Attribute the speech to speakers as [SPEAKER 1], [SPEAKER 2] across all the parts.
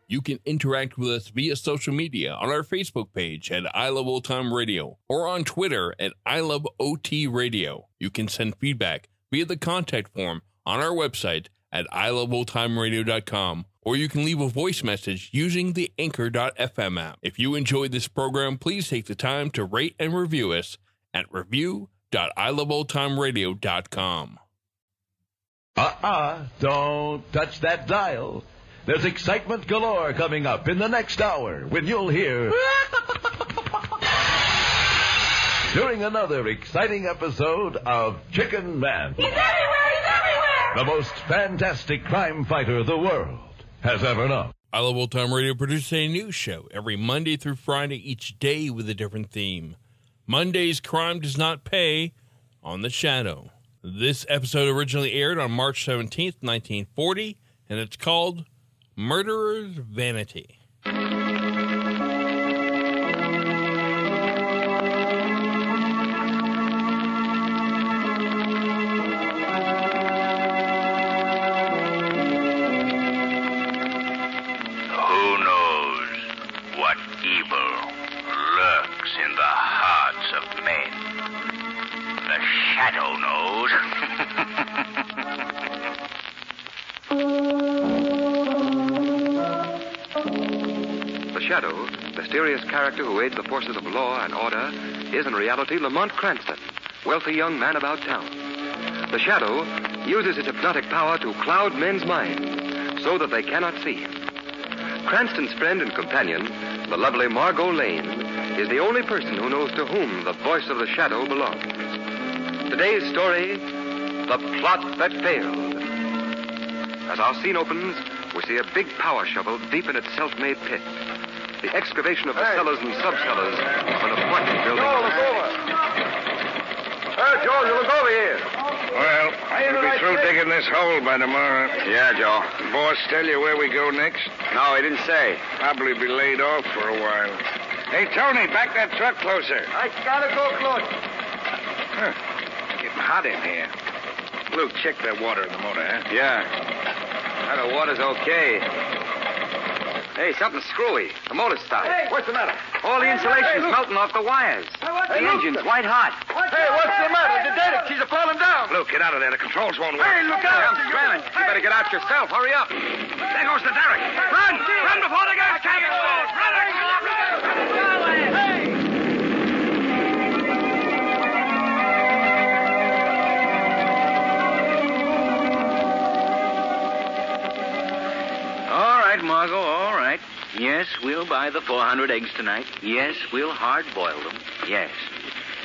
[SPEAKER 1] You can interact with us via social media on our Facebook page at I Love Old Time Radio or on Twitter at I Love OT Radio. You can send feedback via the contact form on our website at iloveoldtimeradio.com or you can leave a voice message using the anchor.fm app. If you enjoyed this program, please take the time to rate and review us at review.iloveoldtimeradio.com.
[SPEAKER 2] Uh-uh, don't touch that dial. There's excitement galore coming up in the next hour when you'll hear... during another exciting episode of Chicken Man. He's everywhere! He's everywhere! The most fantastic crime fighter the world has ever known.
[SPEAKER 1] I Love Old Time Radio produces a new show every Monday through Friday, each day with a different theme. Monday's Crime Does Not Pay on the Shadow. This episode originally aired on March 17th, 1940, and it's called Murderer's Vanity.
[SPEAKER 3] Who knows what evil lurks in the hearts of men? The shadow knows.
[SPEAKER 4] The Shadow, mysterious character who aids the forces of law and order, is in reality Lamont Cranston, wealthy young man about town. The Shadow uses his hypnotic power to cloud men's minds so that they cannot see him. Cranston's friend and companion, the lovely Margot Lane, is the only person who knows to whom the voice of the Shadow belongs. Today's story The Plot That Failed. As our scene opens, we see a big power shovel deep in its self-made pit. The excavation of the cellars and sub-cellars of an apartment building.
[SPEAKER 2] Hey, George, look over here.
[SPEAKER 5] Well, we'll be through digging this hole by tomorrow. Yeah, Joe. The boss tell you where we go next? No, he didn't say. Probably be laid off for a while. Hey, Tony, back that truck closer.
[SPEAKER 2] I gotta go close.
[SPEAKER 5] Huh. Getting hot in here. Luke, check that water in the motor, huh?
[SPEAKER 4] Yeah. Now the water's okay. Hey, something's screwy. The motor stopped.
[SPEAKER 2] what's the matter?
[SPEAKER 4] All the insulation's melting off the wires.
[SPEAKER 2] what's
[SPEAKER 4] the
[SPEAKER 2] the-
[SPEAKER 4] engine's white hot.
[SPEAKER 2] Hey, what's the matter? The dead,
[SPEAKER 4] She's a falling down.
[SPEAKER 5] Luke, get out of there. The controls won't work.
[SPEAKER 4] Hey, look out! I'm screaming. You better get out yourself. Hurry up. There goes the derrick. Run! Run before the gas tank explodes! Run!
[SPEAKER 3] all right, Margot, all right. Yes, we'll buy the 400 eggs tonight. Yes, we'll hard boil them. Yes.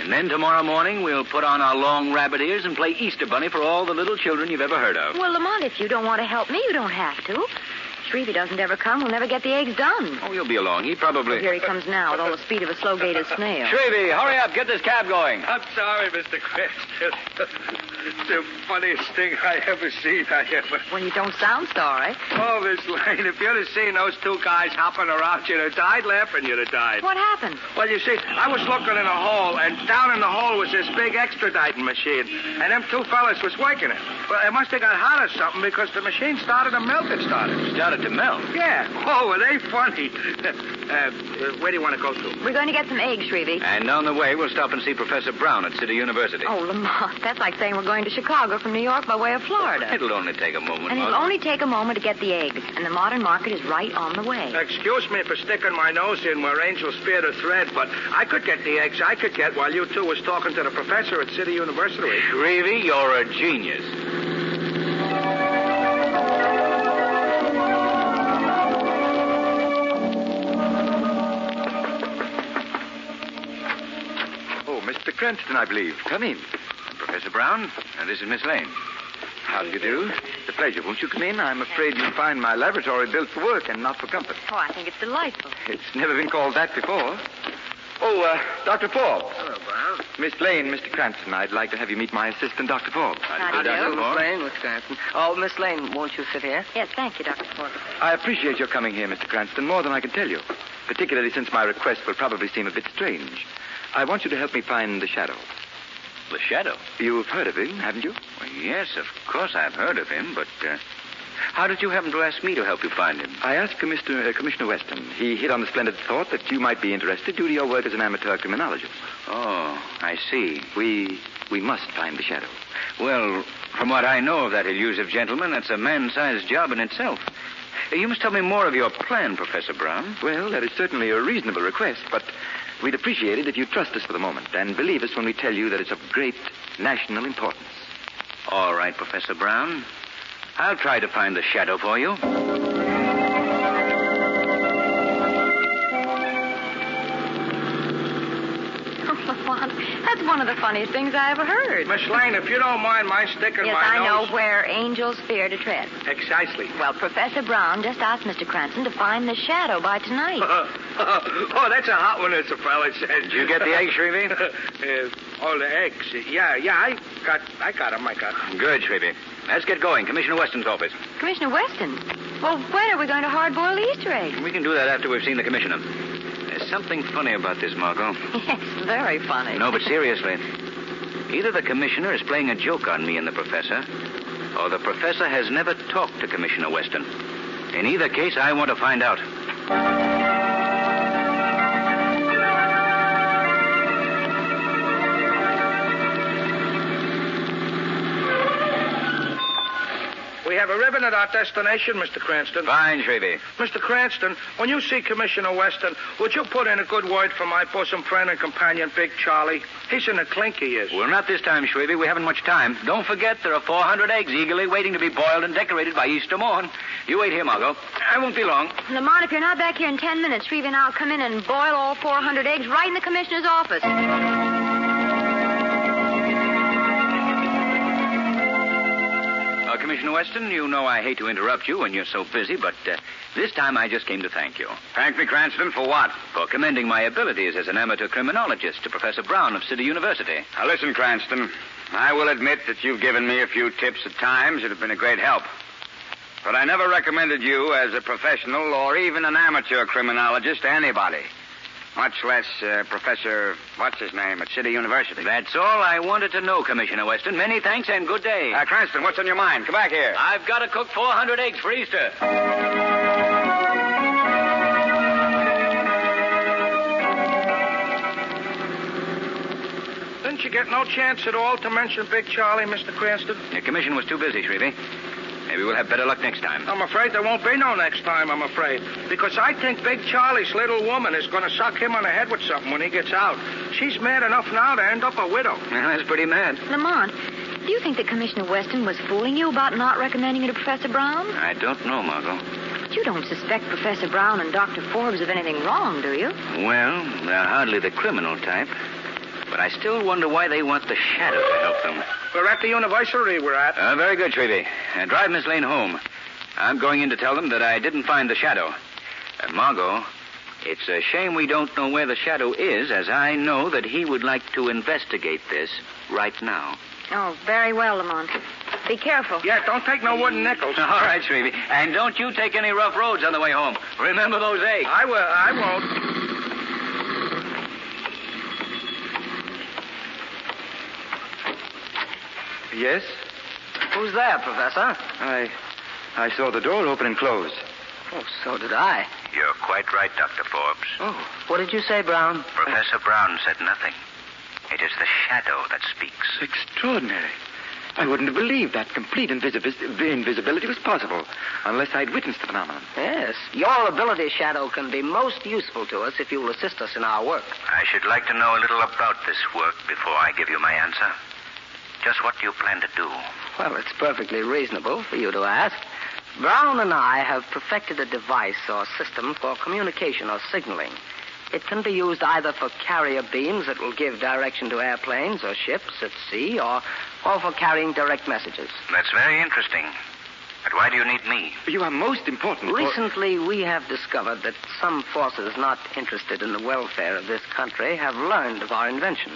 [SPEAKER 3] And then tomorrow morning, we'll put on our long rabbit ears and play Easter Bunny for all the little children you've ever heard of.
[SPEAKER 6] Well, Lamont, if you don't want to help me, you don't have to. Shrevey doesn't ever come. We'll never get the eggs done.
[SPEAKER 3] Oh, he'll be along. He probably.
[SPEAKER 6] Here he comes now with all the speed of a slow-gated snail.
[SPEAKER 3] Shrevey, hurry up. Get this cab going.
[SPEAKER 5] I'm sorry, Mr. Cranston. it's the funniest thing I ever seen. I ever.
[SPEAKER 6] Well, you don't sound sorry.
[SPEAKER 5] Oh, Miss Lane, if you'd have seen those two guys hopping around, you'd have died laughing. You'd have died.
[SPEAKER 6] What happened?
[SPEAKER 5] Well, you see, I was looking in a hole, and down in the hole was this big extraditing machine, and them two fellas was working it. Well, it must have got hot or something because the machine started to melt. It started.
[SPEAKER 3] Started to melt.
[SPEAKER 5] Yeah. Oh, were they funny? uh, uh, where do you want to go to?
[SPEAKER 6] We're going to get some eggs, Shrevey.
[SPEAKER 3] And on the way, we'll stop and see Professor Brown at City University.
[SPEAKER 6] Oh, Lamont, that's like saying we're going to Chicago from New York by way of Florida.
[SPEAKER 3] It'll only take a moment.
[SPEAKER 6] And it'll
[SPEAKER 3] Margot.
[SPEAKER 6] only take a moment to get the eggs, and the modern market is right on the way.
[SPEAKER 5] Excuse me for sticking my nose in where Angel speared a thread, but I could get the eggs I could get while you two was talking to the professor at City University.
[SPEAKER 3] Shrevey, you're a genius.
[SPEAKER 4] Oh, Mr. Cranston, I believe. Come in.
[SPEAKER 3] Professor Brown, and this is Miss Lane.
[SPEAKER 4] How do you do? It's a pleasure. Won't you come in? I'm afraid you'll find my laboratory built for work and not for comfort.
[SPEAKER 6] Oh, I think it's delightful.
[SPEAKER 4] It's never been called that before. Oh, uh, Dr. Forbes.
[SPEAKER 7] Hello, Brown.
[SPEAKER 4] Miss Lane, Mr. Cranston, I'd like to have you meet my assistant, Dr. Forbes.
[SPEAKER 7] How do you do, Miss Lane?
[SPEAKER 8] Miss Cranston. Oh, Miss Lane, won't you sit here?
[SPEAKER 6] Yes, thank you, Dr. Forbes.
[SPEAKER 4] I appreciate your coming here, Mr. Cranston, more than I can tell you, particularly since my request will probably seem a bit strange. I want you to help me find the shadow.
[SPEAKER 7] The Shadow?
[SPEAKER 4] You've heard of him, haven't you?
[SPEAKER 7] Well, yes, of course I've heard of him, but uh, how did you happen to ask me to help you find him?
[SPEAKER 4] I asked Commissioner, uh, Commissioner Weston. He hit on the splendid thought that you might be interested due to your work as an amateur criminologist.
[SPEAKER 7] Oh, I see.
[SPEAKER 4] We we must find the shadow.
[SPEAKER 7] Well, from what I know of that elusive gentleman, that's a man-sized job in itself. Uh, You must tell me more of your plan, Professor Brown.
[SPEAKER 4] Well, that is certainly a reasonable request, but we'd appreciate it if you trust us for the moment and believe us when we tell you that it's of great national importance.
[SPEAKER 7] All right, Professor Brown. I'll try to find the shadow for you.
[SPEAKER 6] Oh, Lamont, that's one of the funniest things I ever heard.
[SPEAKER 5] Miss Lane, if you don't mind my sticking
[SPEAKER 6] Yes,
[SPEAKER 5] my
[SPEAKER 6] I
[SPEAKER 5] nose.
[SPEAKER 6] know where angels fear to tread.
[SPEAKER 5] Precisely.
[SPEAKER 6] Well, Professor Brown just asked Mr. Cranston to find the shadow by tonight.
[SPEAKER 5] oh, that's a hot one, as the fella said.
[SPEAKER 7] Did you get the egg, Shrevey?
[SPEAKER 5] uh, all the eggs. Yeah, yeah, I got, I got 'em, I got 'em.
[SPEAKER 7] Good, Shrevey. Let's get going. Commissioner Weston's office.
[SPEAKER 6] Commissioner Weston, well, when are we going to hard-boil Easter eggs?
[SPEAKER 7] We can do that after we've seen the commissioner. There's something funny about this, Margot.
[SPEAKER 6] Yes, very funny.
[SPEAKER 7] No, but seriously. Either the commissioner is playing a joke on me and the professor, or the professor has never talked to Commissioner Weston. In either case, I want to find out.
[SPEAKER 5] We have a ribbon at our destination, Mr. Cranston.
[SPEAKER 7] Fine, Shrevey.
[SPEAKER 5] Mr. Cranston, when you see Commissioner Weston, would you put in a good word for my bosom friend and companion, Big Charlie? He's in a clink, he is.
[SPEAKER 7] Well, not this time, Shrevey. We haven't much time. Don't forget there are 400 eggs eagerly waiting to be boiled and decorated by Easter morn. You wait here, Margot. I won't be long.
[SPEAKER 6] Lamont, if you're not back here in ten minutes, Shreve and I'll come in and boil all 400 eggs right in the commissioner's office.
[SPEAKER 7] Uh, Commissioner Weston, you know I hate to interrupt you when you're so busy, but uh, this time I just came to thank you. Thank me, Cranston, for what? For commending my abilities as an amateur criminologist to Professor Brown of City University.
[SPEAKER 9] Now, listen, Cranston. I will admit that you've given me a few tips at times that have been a great help. But I never recommended you as a professional or even an amateur criminologist to anybody. Much less uh, Professor, what's his name, at City University.
[SPEAKER 7] That's all I wanted to know, Commissioner Weston. Many thanks and good day.
[SPEAKER 9] Uh, Cranston, what's on your mind? Come back here.
[SPEAKER 7] I've got to cook 400 eggs for Easter.
[SPEAKER 5] Didn't you get no chance at all to mention Big Charlie, Mr. Cranston?
[SPEAKER 7] The commission was too busy, Shrevey. Maybe we'll have better luck next time.
[SPEAKER 5] I'm afraid there won't be no next time, I'm afraid. Because I think Big Charlie's little woman is going to suck him on the head with something when he gets out. She's mad enough now to end up a widow.
[SPEAKER 7] Well, that's pretty mad.
[SPEAKER 6] Lamont, do you think that Commissioner Weston was fooling you about not recommending you to Professor Brown?
[SPEAKER 7] I don't know, Margot.
[SPEAKER 6] But you don't suspect Professor Brown and Dr. Forbes of anything wrong, do you?
[SPEAKER 7] Well, they're hardly the criminal type. But I still wonder why they want the shadow to help them.
[SPEAKER 5] We're at the university we're at.
[SPEAKER 7] Uh, very good, Shrevey. Uh, drive Miss Lane home. I'm going in to tell them that I didn't find the shadow. Uh, Margot, it's a shame we don't know where the shadow is, as I know that he would like to investigate this right now.
[SPEAKER 6] Oh, very well, Lamont. Be careful.
[SPEAKER 5] Yeah, don't take no wooden nickels.
[SPEAKER 7] All right, Shrevey. And don't you take any rough roads on the way home. Remember those eggs.
[SPEAKER 5] I will. I won't.
[SPEAKER 4] Yes?
[SPEAKER 8] Who's there, Professor?
[SPEAKER 4] I I saw the door open and close.
[SPEAKER 8] Oh, so did I.
[SPEAKER 7] You're quite right, Dr. Forbes.
[SPEAKER 4] Oh.
[SPEAKER 8] What did you say, Brown?
[SPEAKER 7] Professor Brown said nothing. It is the shadow that speaks.
[SPEAKER 4] Extraordinary. I wouldn't have believed that complete invisibi- invisibility was possible unless I'd witnessed the phenomenon.
[SPEAKER 8] Yes. Your ability, Shadow, can be most useful to us if you'll assist us in our work.
[SPEAKER 7] I should like to know a little about this work before I give you my answer. Just what do you plan to do?
[SPEAKER 8] Well, it's perfectly reasonable for you to ask. Brown and I have perfected a device or system for communication or signaling. It can be used either for carrier beams that will give direction to airplanes or ships at sea, or, or for carrying direct messages.
[SPEAKER 7] That's very interesting.
[SPEAKER 3] But why do you need me?
[SPEAKER 4] You are most important. for-
[SPEAKER 8] Recently, we have discovered that some forces not interested in the welfare of this country have learned of our invention.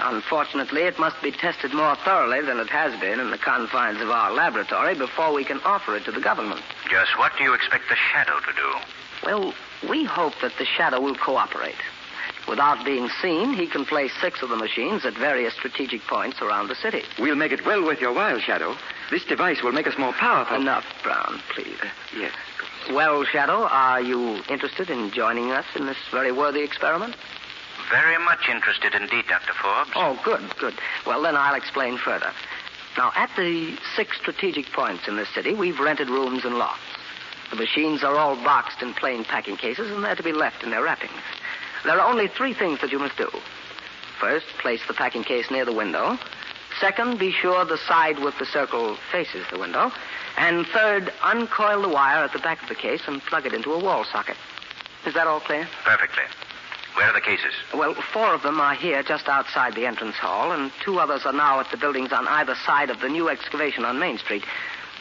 [SPEAKER 8] Unfortunately, it must be tested more thoroughly than it has been in the confines of our laboratory before we can offer it to the government.
[SPEAKER 3] Just what do you expect the shadow to do?
[SPEAKER 8] Well, we hope that the Shadow will cooperate. Without being seen, he can place six of the machines at various strategic points around the city.
[SPEAKER 4] We'll make it well worth your while, Shadow. This device will make us more powerful.
[SPEAKER 8] Enough, Brown, please.
[SPEAKER 4] Yes.
[SPEAKER 8] Well, Shadow, are you interested in joining us in this very worthy experiment?
[SPEAKER 3] Very much interested indeed, Dr. Forbes.
[SPEAKER 8] Oh, good, good. Well, then I'll explain further. Now, at the six strategic points in this city, we've rented rooms and lofts. The machines are all boxed in plain packing cases, and they're to be left in their wrappings. There are only three things that you must do. First, place the packing case near the window. Second, be sure the side with the circle faces the window. And third, uncoil the wire at the back of the case and plug it into a wall socket. Is that all clear?
[SPEAKER 3] Perfectly. Where are the cases?
[SPEAKER 8] Well, four of them are here just outside the entrance hall, and two others are now at the buildings on either side of the new excavation on Main Street.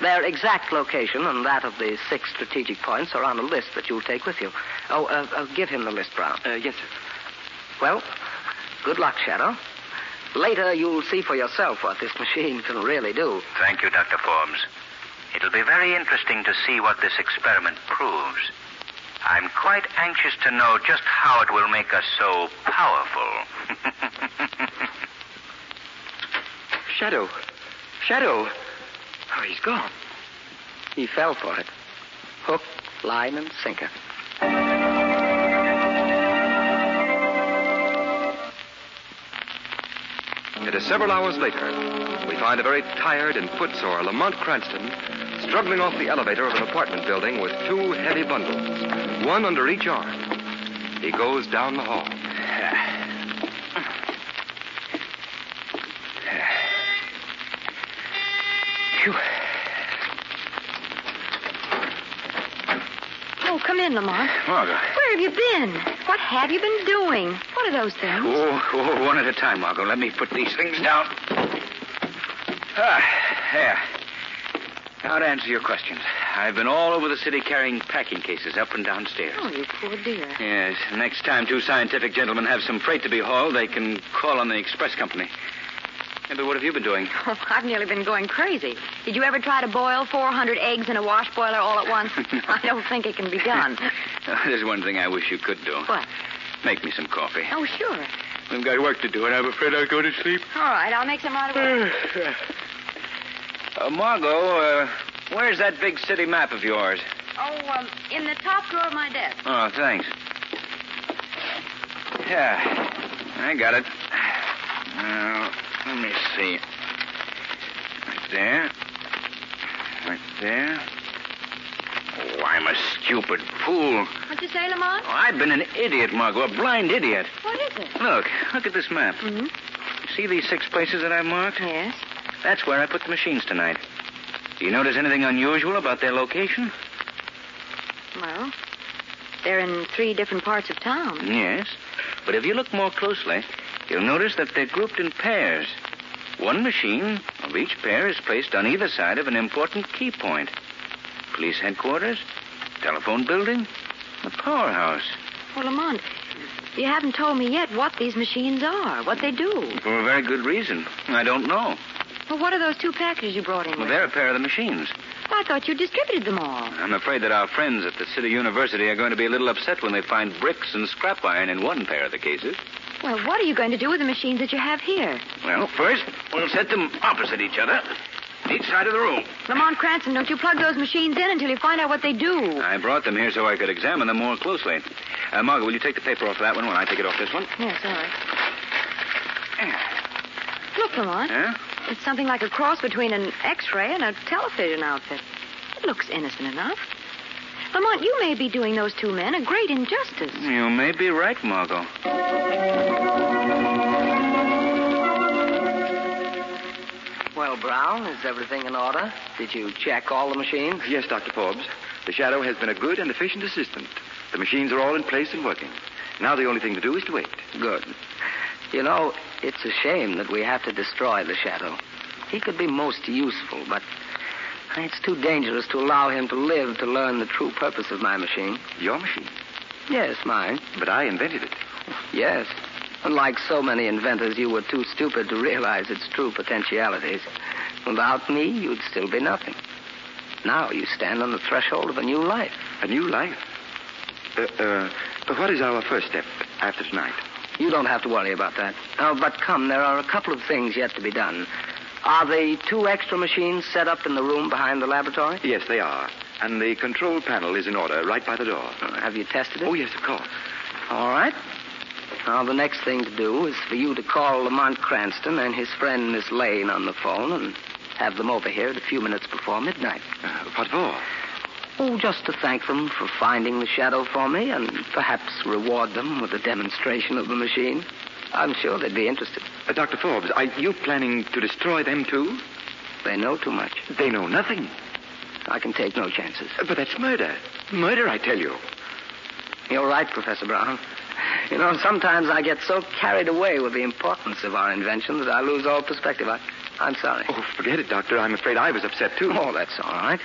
[SPEAKER 8] Their exact location and that of the six strategic points are on a list that you'll take with you. Oh, uh, uh, give him the list, Brown.
[SPEAKER 4] Uh, yes, sir.
[SPEAKER 8] Well, good luck, Shadow. Later, you'll see for yourself what this machine can really do.
[SPEAKER 3] Thank you, Dr. Forbes. It'll be very interesting to see what this experiment proves. I'm quite anxious to know just how it will make us so powerful.
[SPEAKER 4] Shadow. Shadow. Oh, he's gone.
[SPEAKER 8] He fell for it. Hook, line, and sinker.
[SPEAKER 4] It is several hours later. We find a very tired and footsore Lamont Cranston struggling off the elevator of an apartment building with two heavy bundles, one under each arm. He goes down the hall.
[SPEAKER 6] Oh, come in, Lamont.
[SPEAKER 7] Margot.
[SPEAKER 6] Where have you been? What have you been doing? What are those things?
[SPEAKER 7] Oh, oh, one at a time, Margot. Let me put these things down. Ah, there. Now to answer your questions. I've been all over the city carrying packing cases up and downstairs.
[SPEAKER 6] Oh, you poor dear.
[SPEAKER 7] Yes, next time two scientific gentlemen have some freight to be hauled, they can call on the express company. Yeah, but what have you been doing?
[SPEAKER 6] Oh, I've nearly been going crazy. Did you ever try to boil 400 eggs in a wash boiler all at once? I don't think it can be done.
[SPEAKER 7] Oh, there's one thing I wish you could do.
[SPEAKER 6] What?
[SPEAKER 7] Make me some coffee.
[SPEAKER 6] Oh, sure.
[SPEAKER 7] We've got work to do, and I'm afraid I'll go to sleep.
[SPEAKER 6] All right, I'll make some right away.
[SPEAKER 7] Uh, Margot, uh, where's that big city map of yours?
[SPEAKER 6] Oh, um, in the top drawer of my desk.
[SPEAKER 7] Oh, thanks. Yeah, I got it. Now, let me see. Right there. Right there. Oh, I'm a stupid fool. Oh,
[SPEAKER 6] What'd you say, Lamont?
[SPEAKER 7] I've been an idiot, Margot, a blind idiot.
[SPEAKER 6] What is it?
[SPEAKER 7] Look, look at this map.
[SPEAKER 6] Mm-hmm.
[SPEAKER 7] See these six places that I've marked?
[SPEAKER 6] Yes.
[SPEAKER 7] That's where I put the machines tonight. Do you notice anything unusual about their location?
[SPEAKER 6] Well, they're in three different parts of town.
[SPEAKER 7] Yes. But if you look more closely, you'll notice that they're grouped in pairs. One machine of each pair is placed on either side of an important key point. Police headquarters, telephone building, the powerhouse.
[SPEAKER 6] Well, Lamont, you haven't told me yet what these machines are, what they do.
[SPEAKER 7] For a very good reason. I don't know.
[SPEAKER 6] Well, what are those two packages you brought in?
[SPEAKER 7] Well,
[SPEAKER 6] with?
[SPEAKER 7] they're a pair of the machines.
[SPEAKER 6] I thought you distributed them all.
[SPEAKER 7] I'm afraid that our friends at the City University are going to be a little upset when they find bricks and scrap iron in one pair of the cases.
[SPEAKER 6] Well, what are you going to do with the machines that you have here?
[SPEAKER 7] Well, first, we'll set them opposite each other, each side of the room.
[SPEAKER 6] Lamont Cranston, don't you plug those machines in until you find out what they do.
[SPEAKER 7] I brought them here so I could examine them more closely. Uh, Margaret, will you take the paper off that one while I take it off this one?
[SPEAKER 6] Yes, all right. Look, Lamont.
[SPEAKER 7] Huh?
[SPEAKER 6] It's something like a cross between an X-ray and a television outfit. It looks innocent enough. Lamont, you may be doing those two men a great injustice.
[SPEAKER 7] You may be right, Margot.
[SPEAKER 8] Well, Brown, is everything in order? Did you check all the machines?
[SPEAKER 4] Yes, Dr. Forbes. The Shadow has been a good and efficient assistant. The machines are all in place and working. Now the only thing to do is to wait.
[SPEAKER 8] Good. You know, it's a shame that we have to destroy the shadow. He could be most useful, but It's too dangerous to allow him to live to learn the true purpose of my machine.
[SPEAKER 4] Your machine.
[SPEAKER 8] Yes, mine.
[SPEAKER 4] But I invented it.
[SPEAKER 8] Yes. Unlike so many inventors, you were too stupid to realize its true potentialities. Without me, you'd still be nothing. Now you stand on the threshold of a new life.
[SPEAKER 4] A new life. Uh, uh, but what is our first step after tonight?
[SPEAKER 8] You don't have to worry about that. Oh, but come, there are a couple of things yet to be done. Are the two extra machines set up in the room behind the laboratory?
[SPEAKER 4] Yes, they are. And the control panel is in order right by the door.
[SPEAKER 8] Uh, Have you tested it?
[SPEAKER 4] Oh, yes, of course.
[SPEAKER 8] All right. Now, the next thing to do is for you to call Lamont Cranston and his friend Miss Lane on the phone and have them over here at a few minutes before midnight.
[SPEAKER 4] Uh, what for?
[SPEAKER 8] Oh, just to thank them for finding the shadow for me and perhaps reward them with a demonstration of the machine. I'm sure they'd be interested.
[SPEAKER 4] Uh, Dr. Forbes, are you planning to destroy them, too?
[SPEAKER 8] They know too much.
[SPEAKER 4] They know nothing.
[SPEAKER 8] I can take no chances.
[SPEAKER 4] Uh, But that's murder. Murder, I tell you.
[SPEAKER 8] You're right, Professor Brown. You know, sometimes I get so carried away with the importance of our invention that I lose all perspective. I, I'm sorry.
[SPEAKER 4] Oh, forget it, Doctor. I'm afraid I was upset, too.
[SPEAKER 8] Oh, that's all right.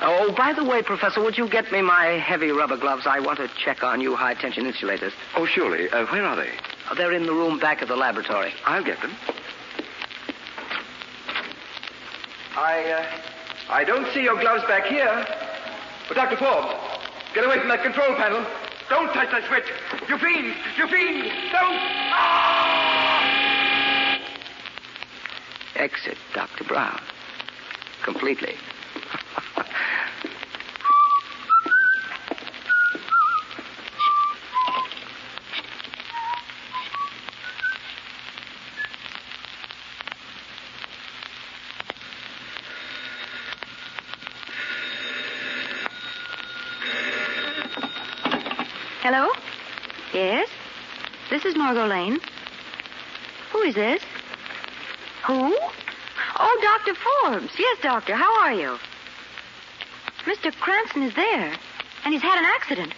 [SPEAKER 8] Oh, by the way, Professor, would you get me my heavy rubber gloves? I want to check on you high tension insulators.
[SPEAKER 4] Oh, surely. Uh, where are they?
[SPEAKER 8] Uh, They're in the room back of the laboratory.
[SPEAKER 4] I'll get them. I, uh, I don't see your gloves back here. But Dr. Forbes, get away from that control panel. Don't touch that switch. You fiend! You fiend! Don't!
[SPEAKER 8] Exit, Dr. Brown. Completely.
[SPEAKER 6] Hello? Yes? This is Margot Lane. Who is this? Who? Oh, Dr. Forbes. Yes, Doctor. How are you? Mr. Cranston is there, and he's had an accident.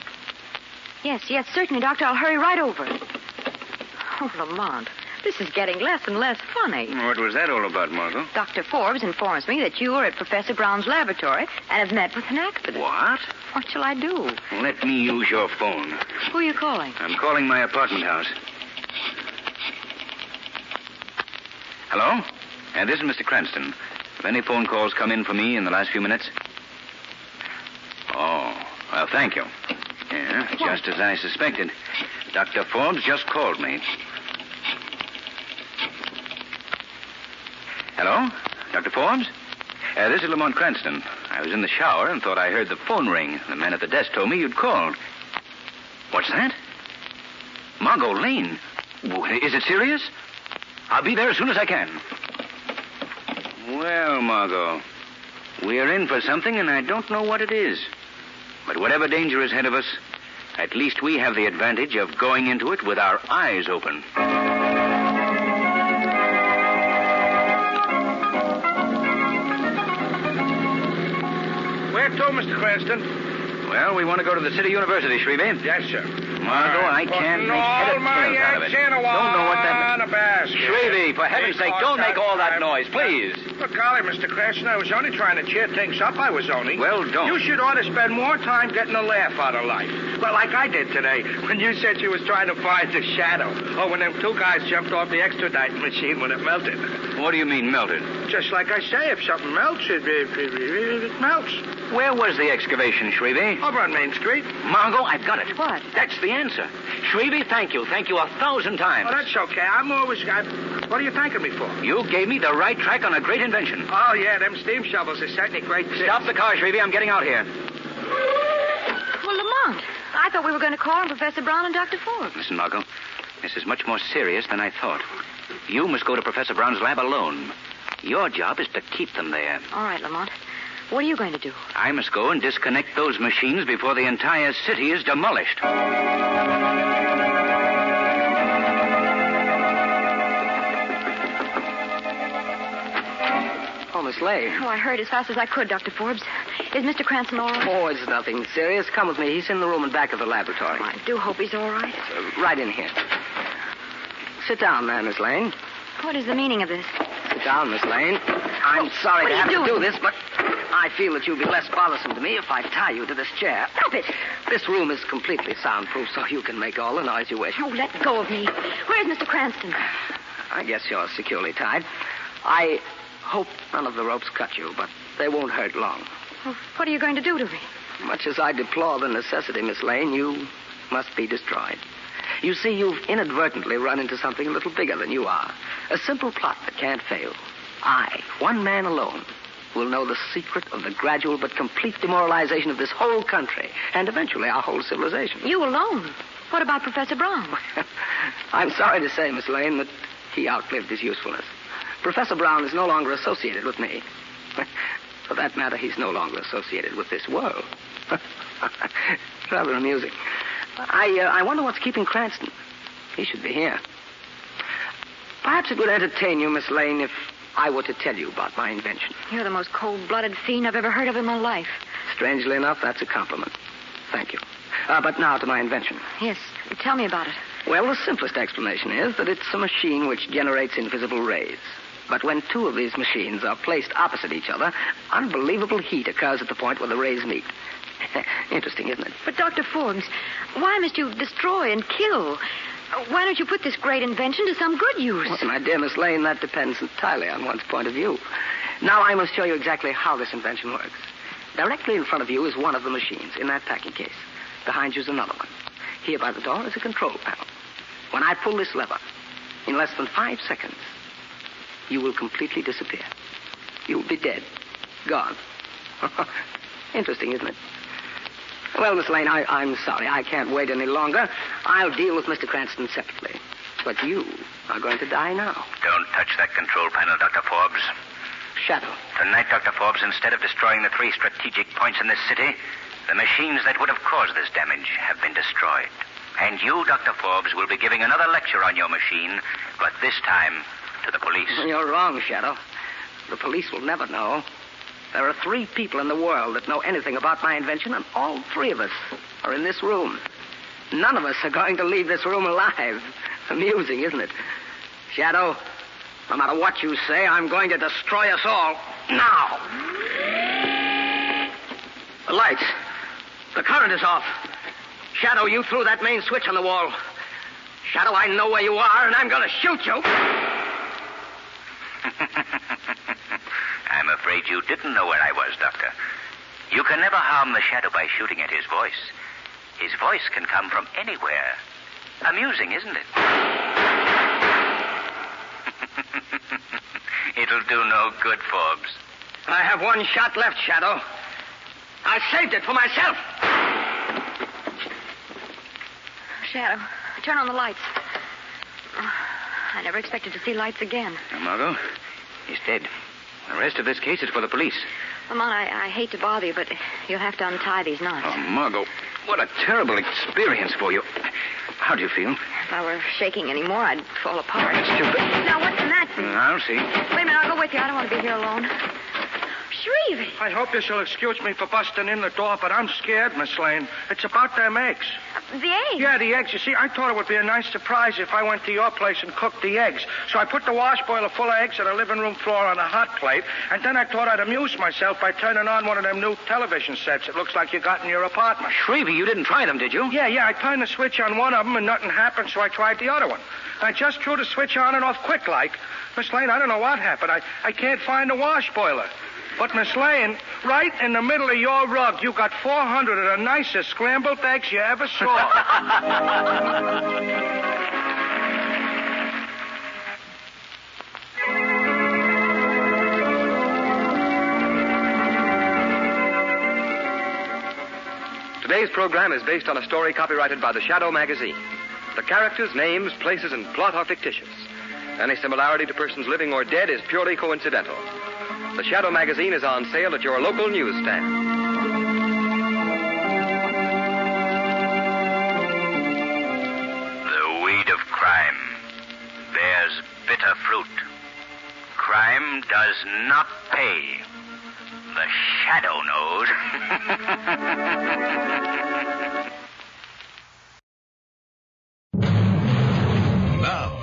[SPEAKER 6] Yes, yes, certainly, Doctor. I'll hurry right over. Oh, Lamont, this is getting less and less funny.
[SPEAKER 7] What was that all about, Margot?
[SPEAKER 6] Dr. Forbes informs me that you are at Professor Brown's laboratory and have met with an accident.
[SPEAKER 7] What?
[SPEAKER 6] What shall I do?
[SPEAKER 7] Let me use your phone.
[SPEAKER 6] Who are you calling?
[SPEAKER 7] I'm calling my apartment house. Hello? Uh, this is Mr. Cranston. Have any phone calls come in for me in the last few minutes? Oh, well, thank you. Yeah, just as I suspected. Dr. Forbes just called me. Hello? Dr. Forbes? Uh, this is Lamont Cranston. I was in the shower and thought I heard the phone ring. The man at the desk told me you'd called. What's that? Margot Lane. W- Is it serious? I'll be there as soon as I can. Well, Margot, we're in for something, and I don't know what it is. But whatever danger is ahead of us, at least we have the advantage of going into it with our eyes open.
[SPEAKER 5] Where to, Mr. Cranston?
[SPEAKER 7] Well, we want to go to the City University, Shrevey.
[SPEAKER 5] Yes, sir.
[SPEAKER 7] Margot, I can't make head or
[SPEAKER 5] my
[SPEAKER 7] tails out of it. Don't know what that
[SPEAKER 5] a basket.
[SPEAKER 7] Shrevey, for heaven's sake, don't make all that noise, please.
[SPEAKER 5] Look, golly, Mr. Cranston, I was only trying to cheer things up. I was only.
[SPEAKER 7] Well, don't.
[SPEAKER 5] You should ought to spend more time getting a laugh out of life. Well, like I did today when you said she was trying to find the shadow.
[SPEAKER 7] Oh,
[SPEAKER 5] Or when them two guys jumped off the extradite machine when it melted.
[SPEAKER 7] What do you mean, melted?
[SPEAKER 5] Just like I say, if something melts, it, it, it, it melts.
[SPEAKER 7] Where was the excavation, Shrevey?
[SPEAKER 5] Over on Main Street.
[SPEAKER 7] Margot, I've got it.
[SPEAKER 6] What?
[SPEAKER 7] That's the answer. Shrevey, thank you. Thank you a thousand times.
[SPEAKER 5] Oh, that's okay. I'm always. I, what are you thanking me for?
[SPEAKER 7] You gave me the right track on a great invention.
[SPEAKER 5] Oh, yeah, them steam shovels are certainly great. too.
[SPEAKER 7] Stop the car, Shrevey. I'm getting out here.
[SPEAKER 6] Well, Lamont, I thought we were going to call on Professor Brown and Dr. Forbes.
[SPEAKER 7] Listen, Margot. This is much more serious than I thought. You must go to Professor Brown's lab alone. Your job is to keep them there.
[SPEAKER 6] All right, Lamont. What are you going to do?
[SPEAKER 7] I must go and disconnect those machines before the entire city is demolished.
[SPEAKER 8] Oh, Miss Lane.
[SPEAKER 6] Oh, I hurried as fast as I could, Dr. Forbes. Is Mr. Cranston all right?
[SPEAKER 8] Oh, it's nothing serious. Come with me. He's in the room and back of the laboratory.
[SPEAKER 6] I do hope he's all right.
[SPEAKER 8] Uh, right in here. Sit down there, Miss Lane.
[SPEAKER 6] What is the meaning of this?
[SPEAKER 8] Sit down, Miss Lane. I'm sorry
[SPEAKER 6] Oh, what
[SPEAKER 8] to
[SPEAKER 6] are
[SPEAKER 8] have
[SPEAKER 6] you
[SPEAKER 8] to do
[SPEAKER 6] doing?
[SPEAKER 8] this, but I feel that you'll be less bothersome to me if I tie you to this chair. Stop it. This room is completely soundproof, so you can make all the noise you wish.
[SPEAKER 6] Oh, let go of me. Where's Mr. Cranston?
[SPEAKER 8] I guess you're securely tied. I hope none of the ropes cut you, but they won't hurt long.
[SPEAKER 6] Well, what are you going to do to me?
[SPEAKER 8] Much as I deplore the necessity, Miss Lane, you must be destroyed. You see, you've inadvertently run into something a little bigger than you are. A simple plot that can't fail. I, one man alone, will know the secret of the gradual but complete demoralization of this whole country and eventually our whole civilization.
[SPEAKER 6] You alone. What about Professor Brown?
[SPEAKER 8] I'm sorry to say, Miss Lane, that he outlived his usefulness. Professor Brown is no longer associated with me. For that matter, he's no longer associated with this world. Rather amusing. I, uh, I wonder what's keeping Cranston. He should be here. Perhaps it would entertain you, Miss Lane, if I were to tell you about my invention.
[SPEAKER 6] You're the most cold blooded fiend I've ever heard of in my life.
[SPEAKER 8] Strangely enough, that's a compliment. Thank you. Uh, but now to my invention.
[SPEAKER 6] Yes, tell me about it.
[SPEAKER 8] Well, the simplest explanation is that it's a machine which generates invisible rays. But when two of these machines are placed opposite each other, unbelievable heat occurs at the point where the rays meet. Interesting, isn't it?
[SPEAKER 6] But, Dr. Forbes, why must you destroy and kill? Uh, Why don't you put this great invention to some good use?
[SPEAKER 8] Well, my dear Miss Lane, that depends entirely on one's point of view. Now I must show you exactly how this invention works. Directly in front of you is one of the machines in that packing case. Behind you is another one. Here by the door is a control panel. When I pull this lever, in less than five seconds, you will completely disappear. You will be dead. Gone. Interesting, isn't it? Well, Miss Lane, I, I'm sorry. I can't wait any longer. I'll deal with Mr. Cranston separately. But you are going to die now.
[SPEAKER 7] Don't touch that control panel, Dr. Forbes.
[SPEAKER 8] Shadow.
[SPEAKER 7] Tonight, Dr. Forbes, instead of destroying the three strategic points in this city, the machines that would have caused this damage have been destroyed. And you, Dr. Forbes, will be giving another lecture on your machine, but this time to the police.
[SPEAKER 8] You're wrong, Shadow. The police will never know. There are three people in the world that know anything about my invention, and all three of us are in this room. None of us are going to leave this room alive. Amusing, isn't it? Shadow, no matter what you say, I'm going to destroy us all now. The lights. The current is off. Shadow, you threw that main switch on the wall. Shadow, I know where you are, and I'm going to shoot you.
[SPEAKER 7] I'm afraid you didn't know where I was, Doctor. You can never harm the shadow by shooting at his voice. His voice can come from anywhere. Amusing, isn't it? It'll do no good, Forbes.
[SPEAKER 8] I have one shot left, Shadow. I saved it for myself.
[SPEAKER 6] Shadow, turn on the lights. Oh, I never expected to see lights again.
[SPEAKER 7] Now, Margot, he's dead. The rest of this case is for the police.
[SPEAKER 6] Lamont, I, I hate to bother you, but you'll have to untie these knots.
[SPEAKER 7] Oh, Margot, what a terrible experience for you. How do you feel?
[SPEAKER 6] If I were shaking any more, I'd fall apart.
[SPEAKER 7] Stupid.
[SPEAKER 6] Now, what's the matter?
[SPEAKER 7] I'll see.
[SPEAKER 6] Wait a minute, I'll go with you. I don't want to be here alone. Shreve!
[SPEAKER 10] I hope you shall excuse me for busting in the door, but I'm scared, Miss Lane. It's about them eggs.
[SPEAKER 6] The egg!
[SPEAKER 10] Yeah, the eggs. You see, I thought it would be a nice surprise if I went to your place and cooked the eggs. So I put the wash boiler full of eggs on a living room floor on a hot plate, and then I thought I'd amuse myself by turning on one of them new television sets it looks like you got in your apartment.
[SPEAKER 7] Shrevey, you didn't try them, did you?
[SPEAKER 10] Yeah, yeah, I turned the switch on one of them and nothing happened, so I tried the other one. I just threw the switch on and off quick like. Miss Lane, I don't know what happened. I, I can't find the wash boiler. But, Miss Lane, right in the middle of your rug, you got 400 of the nicest scrambled eggs you ever saw.
[SPEAKER 4] Today's program is based on a story copyrighted by the Shadow Magazine. The characters, names, places, and plot are fictitious. Any similarity to persons living or dead is purely coincidental. The Shadow Magazine is on sale at your local newsstand.
[SPEAKER 7] The weed of crime bears bitter fruit. Crime does not pay. The shadow knows.
[SPEAKER 2] Now,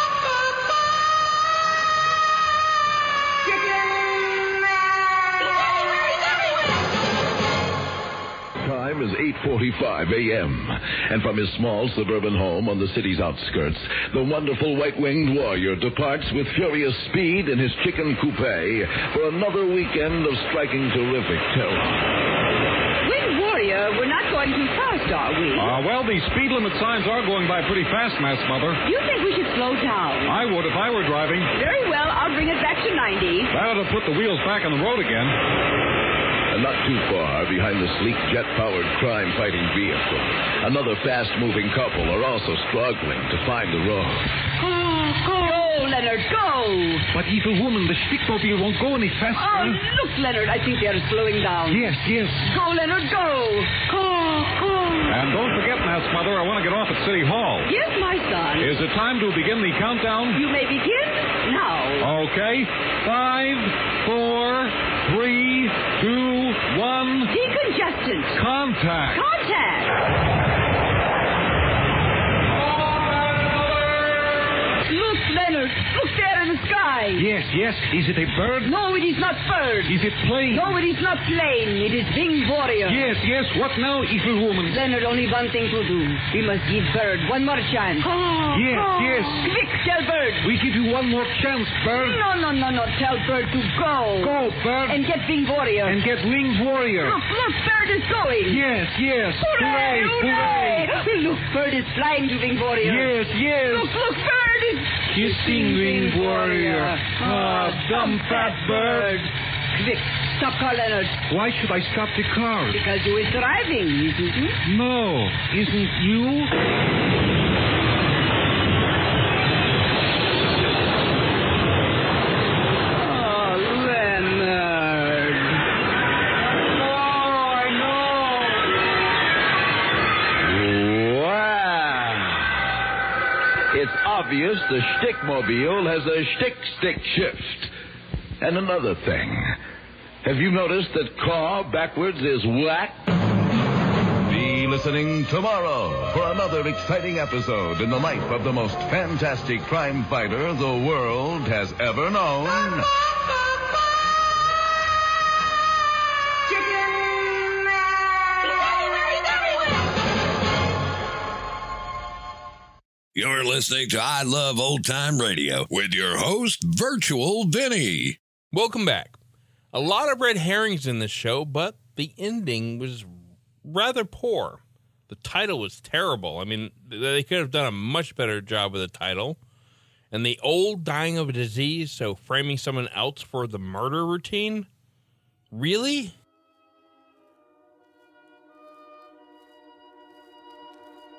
[SPEAKER 2] Time is 8:45 a.m. and from his small suburban home on the city's outskirts, the wonderful white-winged warrior departs with furious speed in his chicken coupe for another weekend of striking terrific terror.
[SPEAKER 11] Winged Warrior, we're not going too fast, are we?
[SPEAKER 12] Uh, well, the speed limit signs are going by pretty fast, Mass Mother.
[SPEAKER 11] you think we should slow down?
[SPEAKER 12] I would if I were driving.
[SPEAKER 11] Very well, I'll bring it back to 90.
[SPEAKER 12] That'll put the wheels back on the road again.
[SPEAKER 2] And not too far behind the sleek jet-powered crime-fighting vehicle, another fast-moving couple are also struggling to find the road.
[SPEAKER 11] Go, Leonard, go!
[SPEAKER 13] But evil woman, the Spickmobile won't go any
[SPEAKER 11] Oh,
[SPEAKER 13] faster.
[SPEAKER 11] look, Leonard, I think they're slowing down.
[SPEAKER 13] Yes, yes.
[SPEAKER 11] Go, Leonard, go! Go, go!
[SPEAKER 12] And don't forget, Mass Mother, I want to get off at City Hall.
[SPEAKER 11] Yes, my son.
[SPEAKER 12] Is it time to begin the countdown?
[SPEAKER 11] You may begin now.
[SPEAKER 12] Okay. Five, four, three, two, one.
[SPEAKER 11] Decongestant.
[SPEAKER 12] Contact.
[SPEAKER 11] Look, Leonard, look there in the sky.
[SPEAKER 13] Yes, yes. Is it a bird?
[SPEAKER 11] No, it is not bird.
[SPEAKER 13] Is it plane?
[SPEAKER 11] No, it is not plane. It is winged warrior.
[SPEAKER 13] Yes, yes. What now, evil woman?
[SPEAKER 11] Leonard, only one thing to do. We must give bird one more chance. Oh,
[SPEAKER 13] Yes, yes.
[SPEAKER 11] Quick, tell bird.
[SPEAKER 13] We give you one more chance, bird.
[SPEAKER 11] No, no, no, no. Tell bird to go.
[SPEAKER 13] Go, bird.
[SPEAKER 11] And get winged warrior.
[SPEAKER 13] And get winged warrior.
[SPEAKER 11] Look, look, bird is going.
[SPEAKER 13] Yes, yes.
[SPEAKER 11] Hooray, hooray. Look, bird is flying to winged warrior.
[SPEAKER 13] Yes, yes.
[SPEAKER 11] Look, look, bird is
[SPEAKER 13] Kissing winged warrior. Ah, dumb fat bird.
[SPEAKER 11] Quick, stop car, Leonard.
[SPEAKER 13] Why should I stop the car?
[SPEAKER 11] Because you is driving, isn't you?
[SPEAKER 13] No, isn't you?
[SPEAKER 11] Oh, Leonard. Oh, I
[SPEAKER 2] Wow! It's obvious the Stickmobile has a Stick Stick shift. And another thing. Have you noticed that caw backwards is whack? Be listening tomorrow for another exciting episode in the life of the most fantastic crime fighter the world has ever known.
[SPEAKER 14] You're listening to I Love Old Time Radio with your host, Virtual Vinny.
[SPEAKER 1] Welcome back. A lot of red herrings in this show, but the ending was rather poor. The title was terrible. I mean, th- they could have done a much better job with the title. And the old dying of a disease, so framing someone else for the murder routine? Really?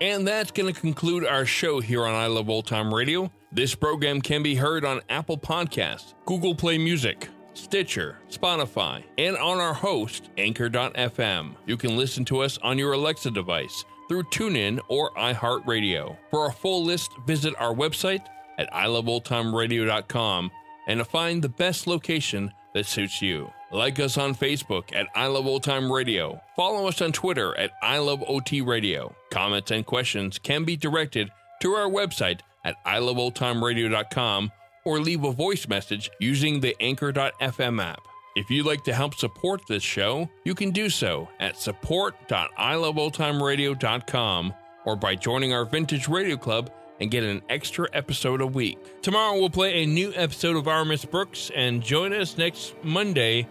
[SPEAKER 1] And that's going to conclude our show here on I Love Old Time Radio. This program can be heard on Apple Podcasts, Google Play Music, Stitcher, Spotify, and on our host, Anchor.fm. You can listen to us on your Alexa device through TuneIn or iHeartRadio. For a full list, visit our website at iloveoldtimeradio.com and to find the best location that suits you. Like us on Facebook at I Love Old Time Radio. Follow us on Twitter at I Love OT Radio. Comments and questions can be directed to our website at iloveoldtimeradio.com or leave a voice message using the Anchor.fm app. If you'd like to help support this show, you can do so at support.iloveoldtimeradio.com or by joining our Vintage Radio Club and get an extra episode a week. Tomorrow we'll play a new episode of Our Miss Brooks and join us next Monday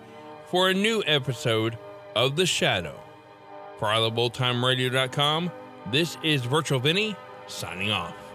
[SPEAKER 1] for a new episode of The Shadow. For iloveoldtimeradio.com, this is Virtual Vinny signing off.